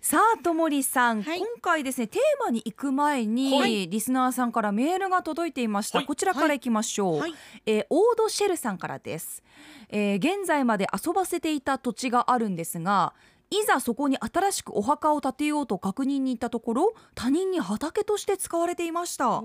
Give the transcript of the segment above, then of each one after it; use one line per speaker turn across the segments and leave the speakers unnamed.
さあともりさん、
はい
今回ですねテーマに行く前に、
はい
リスナーさんからメールが届いていました、
はい
こちらからいきましょう、
はい
えーオードシェルさんからです、えー現在まで遊ばせていた土地があるんですがいざそこに新しくお墓を建てようと確認に行ったところ他人に畑として使われていました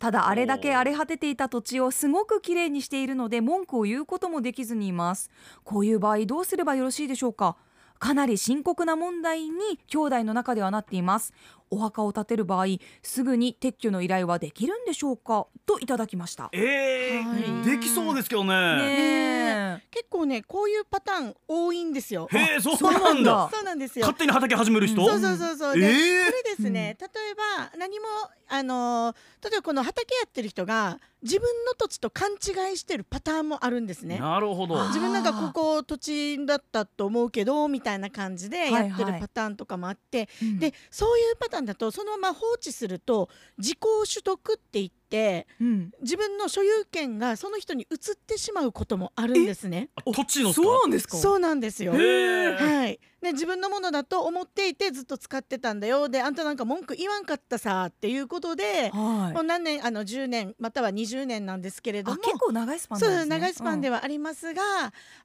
ただあれだけ荒れ果てていた土地をすごくきれいにしているので文句を言うこともできずにいますこういう場合どうすればよろしいでしょうかかなり深刻な問題に兄弟の中ではなっていますお墓を建てる場合すぐに撤去の依頼はできるんでしょうかといただきました
え
は
ー、
い
できそうですけどね。
ねえ
結構ねこういうパターン多いんですよ。
へえ、そう
そう
な
なんん
だ
だ。
そうなんですよ。
勝手に畑始める人。
うん
そうそうそうそう。
え
で
ー
これですね、例えば何もあの例えばこの畑やってる人が自分の土地と勘違いしてるパターンもあるんですね。
なるほど。
あ
自分なんかここ土地だったと思うけどみたいな感じでやっ
は
て
い
る
はい
パターンとかもあって、
うん
でそういうパターンだとそのまま放置すると自己取得って言って
うん
自分の所有権がその人に移ってしまうこともあるんですね。
あ土地のっすか。
そうなんですか
そうなんですよ。
へえ。
はい、ね自分のものだと思っていてずっと使ってたんだよであんたなんか文句言わんかったさっていうことで、も
は
う何年あの10年または20年なんですけれ
い
ど
あ
も
結構長いスパンな
そ
ん
う
です
で
ね
す長いスパンで
は、
はありますが、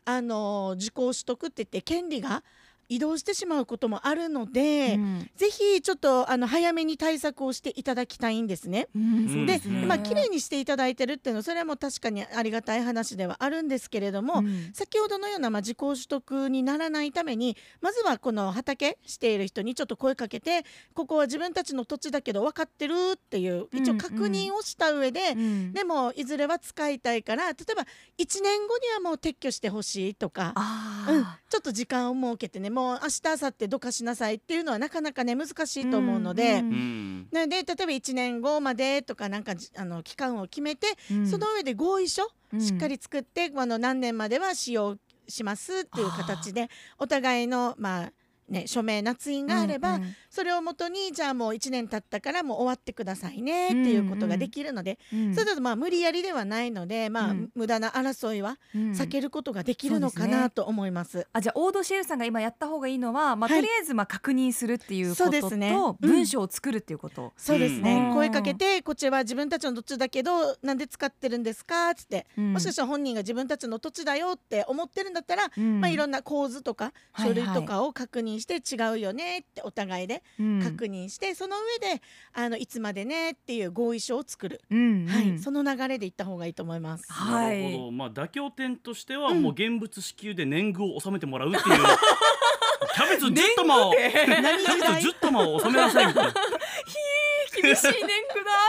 あの受講取得って言って権利が移動してしまうこともあるので、
うん
ぜひちょっとあの早めに対策をしていただきたいんですね。
うん
うん
で、
すね
まあ綺麗にしていただいてるっていうのはそれはもう確かにありがたい話ではあるんですけれども、
うん
先ほどのようなまあ自己取得にならないためにまずはこの畑している人にちょっと声かけてここは自分たちの土地だけど分かってるっていう一
う
応
ん
確認をした上で、
うん
でもいずれは使いたいから例えば1年後にはもう撤去してほしいとか。
あ
うん
あ、、
ちょっと時間を設けてねもう明日明後日どかしなさいっていうのはなかなかね難しいと思うので、
うん
うん。
なので例えば1年後までとかなんかじあの期間を決めて、
うん
その上で合意書
うん
しっかり作って、あの何年までは使用しますっていう形でお互いのまあね署名捺印があれば、
うんうん
それをもとにじゃあもう1年経ったからもう終わってくださいねっていうことができるので、
うん
それだとまあ無理やりではないので、まあ
うん
無駄な争いは
うん
避けることができるの
そ
か
うですね
なと思います。
あじゃあオードシェルさんが今やった方がいいのは、まあ、
は
と
い
りあえずまあ確認するっていうこと
そうで
と、
すねうん
文章を作るっていうこと、
そうですね、
うん
声かけてこちらは自分たちの土地だけどなんで使ってるんですかっつって、
うん
もしかしたら本人が自分たちの土地だよって思ってるんだったら、
うん
まあ、いろんな構図とか
はいは
書
い
類とかを確認して違うよねってお互いで
うん
確認して、その上であのいつまでねっていう合意書を作る、
うん
は
うん
い、その流れでいった方がいいと思います。
な
はい
るほど。まあ妥協点としては、
うん
もう現物支給で年貢を納めてもらうっていう。 キャベツ10玉を。 キャベ
何時代
ツ10玉を納めなさいみたいな。
厳しい年貢だ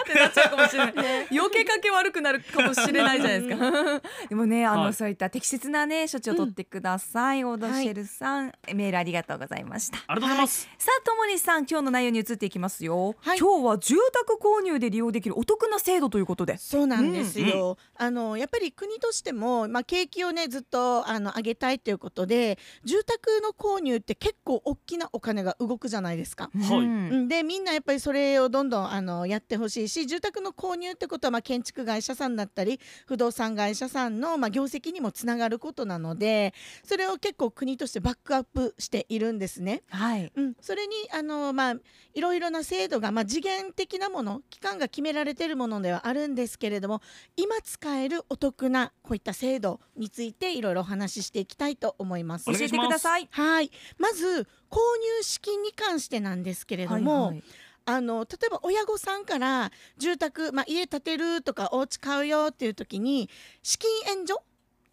ーってなっちゃうかもし れない余計かけ悪くなるかもしれないじゃないですか でもねあの、
はい
そういった適切なね処置を取ってください、オードシェルさん、メールありがとうございました
ありがとうございます。
さあともりさん今日の内容に移っていきますよ、
はい
今日は住宅購入で利用できるお得な制度ということで
そうなんですよ、あのやっぱり国としても、まあ、景気をねずっとあの上げたいということで住宅の購入って結構大きなお金が動くじゃないですか。
はい
うん
うんでみんなやっぱりそれをどんどんあのやってほしいし住宅の購入ってことは、まあ、建築会社さんだったり不動産会社さんの、まあ、業績にもつながることなのでそれを結構国としてバックアップしているんですね。
はい
うん、それにあの、まあ、いろいろな制度が、まあ、次元的なもの期間が決められているものではあるんですけれども今使えるお得なこういった制度についていろいろお話ししていきたいと思います。
お
教
願い
え
してます
ください
はいまず購入資金に関してなんですけれども、
はいはい
あの例えば親御さんから住宅、まあ、家建てるとかお家買うよっていう時に資金援助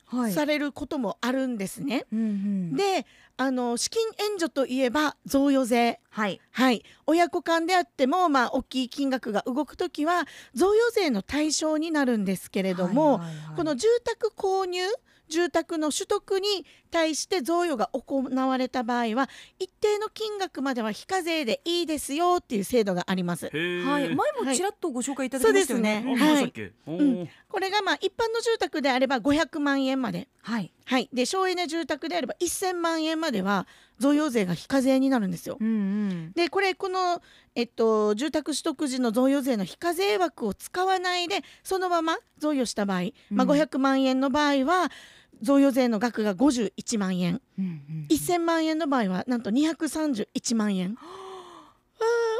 はい
されることもあるんですね。
うんうん、
であの資金援助といえば贈与税
はい、
はい、親子間であっても、まあ、大きい金額が動くときは贈与税の対象になるんですけれども、
はいはいはい
この住宅購入住宅の取得に対して贈与が行われた場合は一定の金額までは非課税でいいですよっていう制度があります。
へえ。
はい、前
あ
もちらっとご紹介いただきましたよね。
そう
そう
ですね
でしたっけ。おー
これがまあ一般の住宅であれば500万円まで、
はい、
はい、で省エネ住宅であれば1000万円までは贈与税が非課税になるんですよ。
うんうん、
でこれこの、えっと、住宅取得時の贈与税の非課税枠を使わないでそのまま贈与した場合、まあ、
うん
500万円の場合は、贈与税の額が51万円
うんうん
1000万円の場合はなんと231万円。あー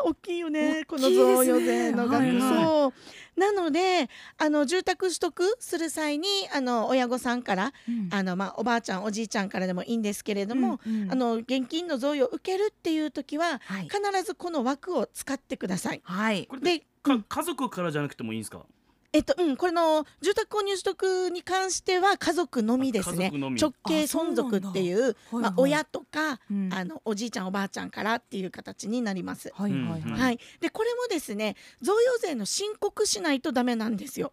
大きいよねこの贈与税の額、
はいはい
そうなのであの住宅取得する際にあの親御さんから
うん
あの、まあ、おばあちゃんおじいちゃんからでもいいんですけれども、
うんうん
あの現金の贈与を受けるっていう時は
はい
必ずこの枠を使ってください。
はい
これで
で
か家族からじゃなくてもいいんですか
えっとうん、これの住宅購入取得に関しては家族のみです
あ家
ね
族のみ
直系存続っていう
そう
ま
なんだ
あ、
はいはい
親とか、
うん
あのおじいちゃんおばあちゃんからっていう形になります。
はいはい
うん
はい
はい、でこれもですね贈与税の申告しないとダメなんですよ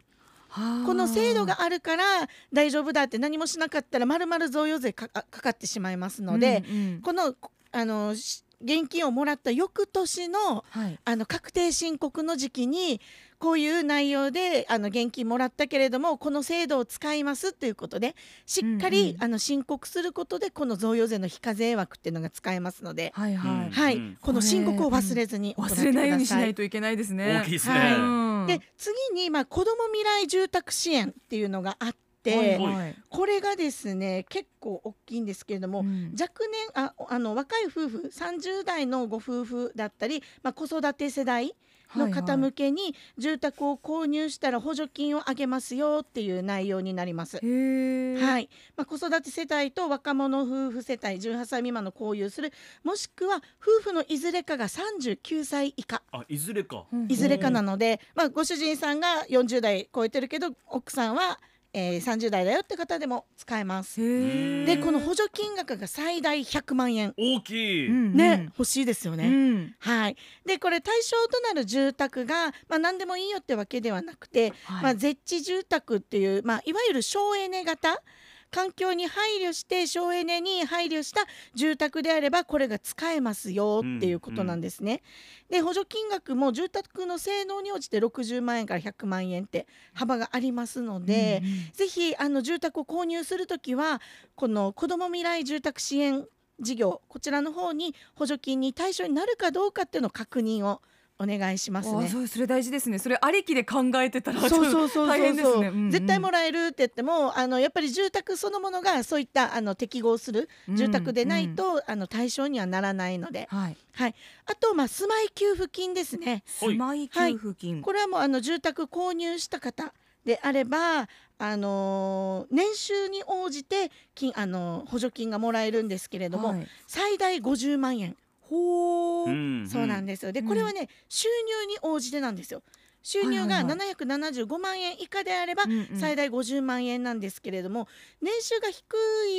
はあ
この制度があるから大丈夫だって何もしなかったらまるまる贈与税かかかかってしまいますので、
うんうん
このあのし現金をもらった翌年の
はい
あの確定申告の時期にこういう内容であの現金もらったけれどもこの制度を使いますということでしっかり、
うんうん
あの申告することでこの贈与税の非課税枠っていうのが使えますので、
はいはい
はい、
うん
この申告を忘れずに行ってくださ
忘れないようにしない
い
といけないですね
大きいですね、
は
う
い
ん
で次に、まあ、子ども未来住宅支援っていうのがあっ
は
て、
いはい
これがですね結構大きいんですけれども、
うん
若年ああの若い夫婦30代のご夫婦だったり、まあ、子育て世代の方向けに住宅を購入したら補助金をあげますよっていう内容になります。
へえ
はいまあ、子育て世帯と若者夫婦世帯18歳未満の交友するもしくは夫婦のいずれかが39歳以下
あいずれか、
うん
いずれかな
うん
ので、まあ、ご主人さんが40代超えてるけど奥さんは、えー30代だよって方でも使えます。
へえ
でこの補助金額が最大100万円、
大きい、
うんうん
ね欲しいですよ
う
ね。
ん
はい、でこれ対象となる住宅が、まあ、何でもいいよってわけではなくて、ま
は
あ、
い
絶地住宅っていう、まあ、いわゆる省エネ型環境に配慮して省エネに配慮した住宅であればこれが使えますよっていうことなんですね。で補助金額も住宅の性能に応じて60万円から100万円って幅がありますので、ぜひあの住宅を購入するときはこの子ども未来住宅支援事業こちらの方に補助金に対象になるかどうかっていうのを確認をお願いします
あ
ね。
そうそれ大事ですねそれありきで考え てたら
そうそうそうそう
大変ですねうんうん
絶対もらえるって言ってもあのやっぱり住宅そのものがそういったあの適合する住宅でない、と、あの対象にはならないので
うんうんはい
あと、まあ、住まい給付金ですね
住まい給付金、
これはもうあの住宅購入した方であれば、あのー年収に応じて金、あのー補助金がもらえるんですけれども、
はい
最大50万円、
ほう、
ん
そうなん
で
ですよ
う
で
ん
これはね、収入に応じてなんですよ収入
は
が
いはい
775万円以下であれば
うんうん
最大50万円なんですけれども、年収が低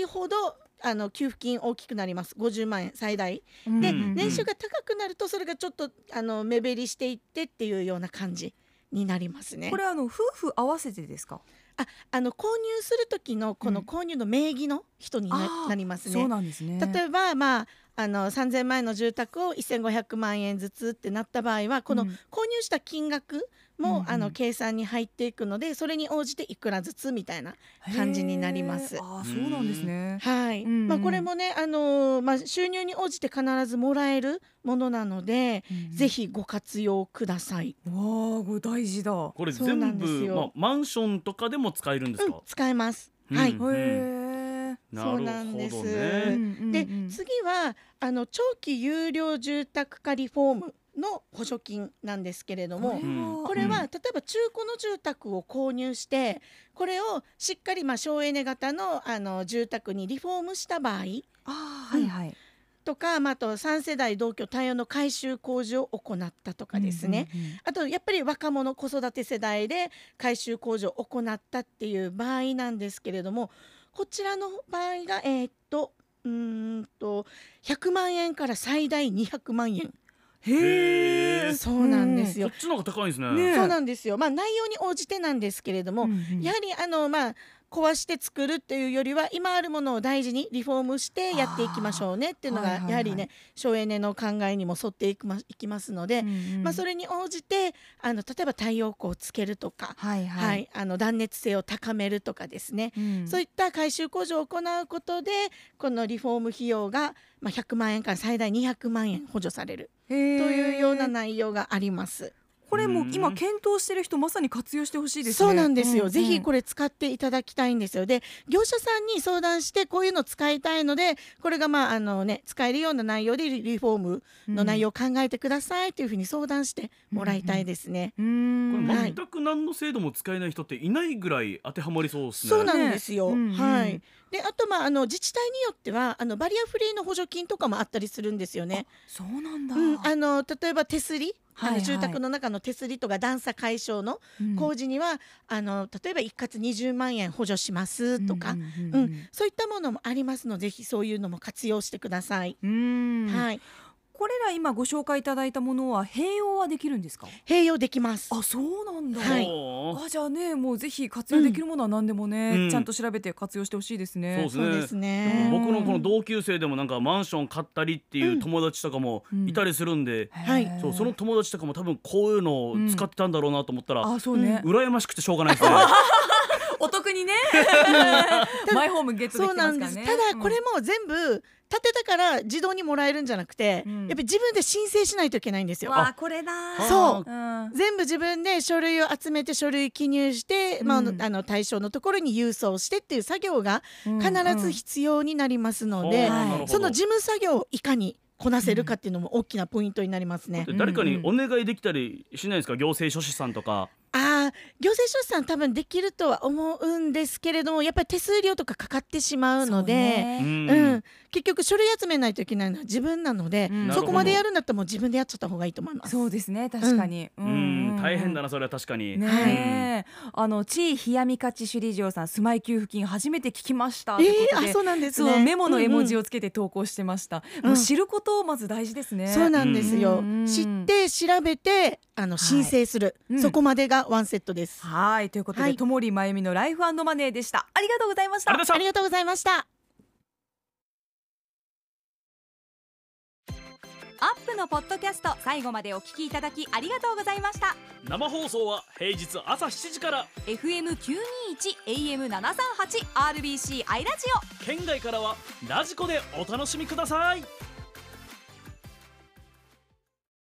いほどあの給付金大きくなります50万円最大で、
うんうんうん
年収が高くなるとそれがちょっとあの目減りしていってっていうような感じになりますね
こ。れあの夫婦合わせてですか
あの購入する時のこの
うん
購入の名義の人にな,、
あー
なります
そう
ね。
なんですね
例えばまああの3000万円の住宅を1500万円ずつってなった場合はこの
う
購
ん
入した金額
うん
も、
うん
あの計算に入っていくのでそれに応じていくらずつみたいな感じになります
へーあーそうなんですね
はい、
うんうん
まあ、これもね、あのーまあ、収入に応じて必ずもらえるものなので、ぜ
ひ
ひご活用ください。
わあこれ大事だ
これ
そうな
全
んです
部、
よ
まあ、マンションとかでも使えるんで
う
す
ん
か、、
使えます。
うん
はい、
へえ
なるほど
そう
ね
なんです
う
うん
うんうん
で、次はあの長期有料住宅化リフォームの補助金なんですけれども。
うん
これ
う
は例えば中古の住宅を購入してこれをしっかりまあ省エネ型のあの住宅にリフォームした場合
あーはいはい
とか、まあ、あと3世代同居対応の改修工事を行ったとかですね、
うんうんうん
あとやっぱり若者子育て世代で改修工事を行ったっていう場合なんですけれどもこちらの場合がえーっとうーんと100万円から最大200万円
へえ
そうなんです
こ
よ
っ。ちの方が高いんですね
ね
そうなんですよ、まあ、内容に応じてなんですけれども、やはりあの、まあ、壊して作るっていうよりは今あるものを大事にリフォームしてやっていきましょうねっていうのが
あーはいはいはい
やはりね省エネの考えにも沿っていくまいきますので、まあ、そ
れ
れに応じてあの例えば太陽光をつけるとか、
はい
はい
はい
あの断熱性を高めるとかですね、そう
い
いった改修工事を行うことでこのリフォーム費用が、まあ、100万円から最大200万円補助される
と
というような内容があります。
これもう今検討してる人まさに活用してほしいですね
そうなんですよ、
う
ぜひこれ使っていただきたいんですよで業者さんに相談してこういうの使いたいのでこれがまああのね使えるような内容でリリフォームの内容を考えてくださいというふうに相談してもらいたいですね、
う
こ
ん
れ
はい
全く何の制度も使えない人っていないぐらい当てはまりそうですね。
そうなんですよ、
ねうんうん
はいであとまああの自治体によってはあのバリアフリーの補助金とかもあったりするんですよね
そうなんだ、
うん、あの例えば手すり、
はい
あ
はい
の住宅の中の手すりとか段差解消の
うん
工事には、あの例えば一括20万円補助しますとか、
うんうん
うんそういったものもありますのでぜひそういうのも活用してください。
うんうん
はい、
これら今ご紹介いただいたものは併用はできるんですか
併用できます。
あそうなんだ、
はい
おー
あじゃあねもうぜひ活用できるものは何でもね、
うん
ちゃんと調べて活用してほしいです
そう
ね
で。す
そう
ね。
ですね。
僕のこの同級生でもなんかマンション買ったりっていう友達とかもいたりするんで、
はい
へー
そうその友達とかも多分こういうのを使ってたんだろうなと思ったら、
あそうね、
羨ましくてしょうがないですね。
お得にねマイホームゲットで
そ
き
う
てま
な
すか
んで
ら
す。
ね。
ただこれも全部建てたから自動にもらえるんじゃなくて、
うん
やっぱり自分で申請しないといけないんです
うん
よ。
わあこれだー
そう
うん
全部自分で書類を集めて書類記入して、まああの
うん
あの対象のところに郵送してっていう作業が必ず必要になりますの
は
あー
で、
い
なるほど
その事務作業をいかにこなせるかっていうのも大きなポイントになりますね。
で誰かにお願いできたりしないんですか行政書士さんとか。
ああ行政書士さん多分できるとは思うんですけれどもやっぱり手数料とかかかってしまうので。
う
ね
ん
うん、結局書類集めないといけないのは自分なので、
うん
なるほど
そこまでやるんだったらもう自分でやっちゃった方がいいと思います。
そうですね確かに、う
うんん大変だなそれは確かに。
ねえ、あの地位冷やみ勝ち首里城さん住まい給付金初めて聞きましたと
え
いうこ
ー
とで、
あそうなんです
そう
ね。
メモの絵文字
を、
をつけて投稿してました、
ん
もう知ることをまず大事ですね
そうなんですよ。
うん
知って調べてあの申請する、
うん
そこまでがワンセットです。
はいということ
は
で
い
ともりまゆみのライフマネーでしたありがとうございまし
あ
た
りがとうございました
ありがとうございました。
アップのポッドキャスト最後までお聞きいただきありがとうございました
生放送は平日朝7時から
FM921 AM738 RBC アイラジオ
県外からはラジコでお楽しみください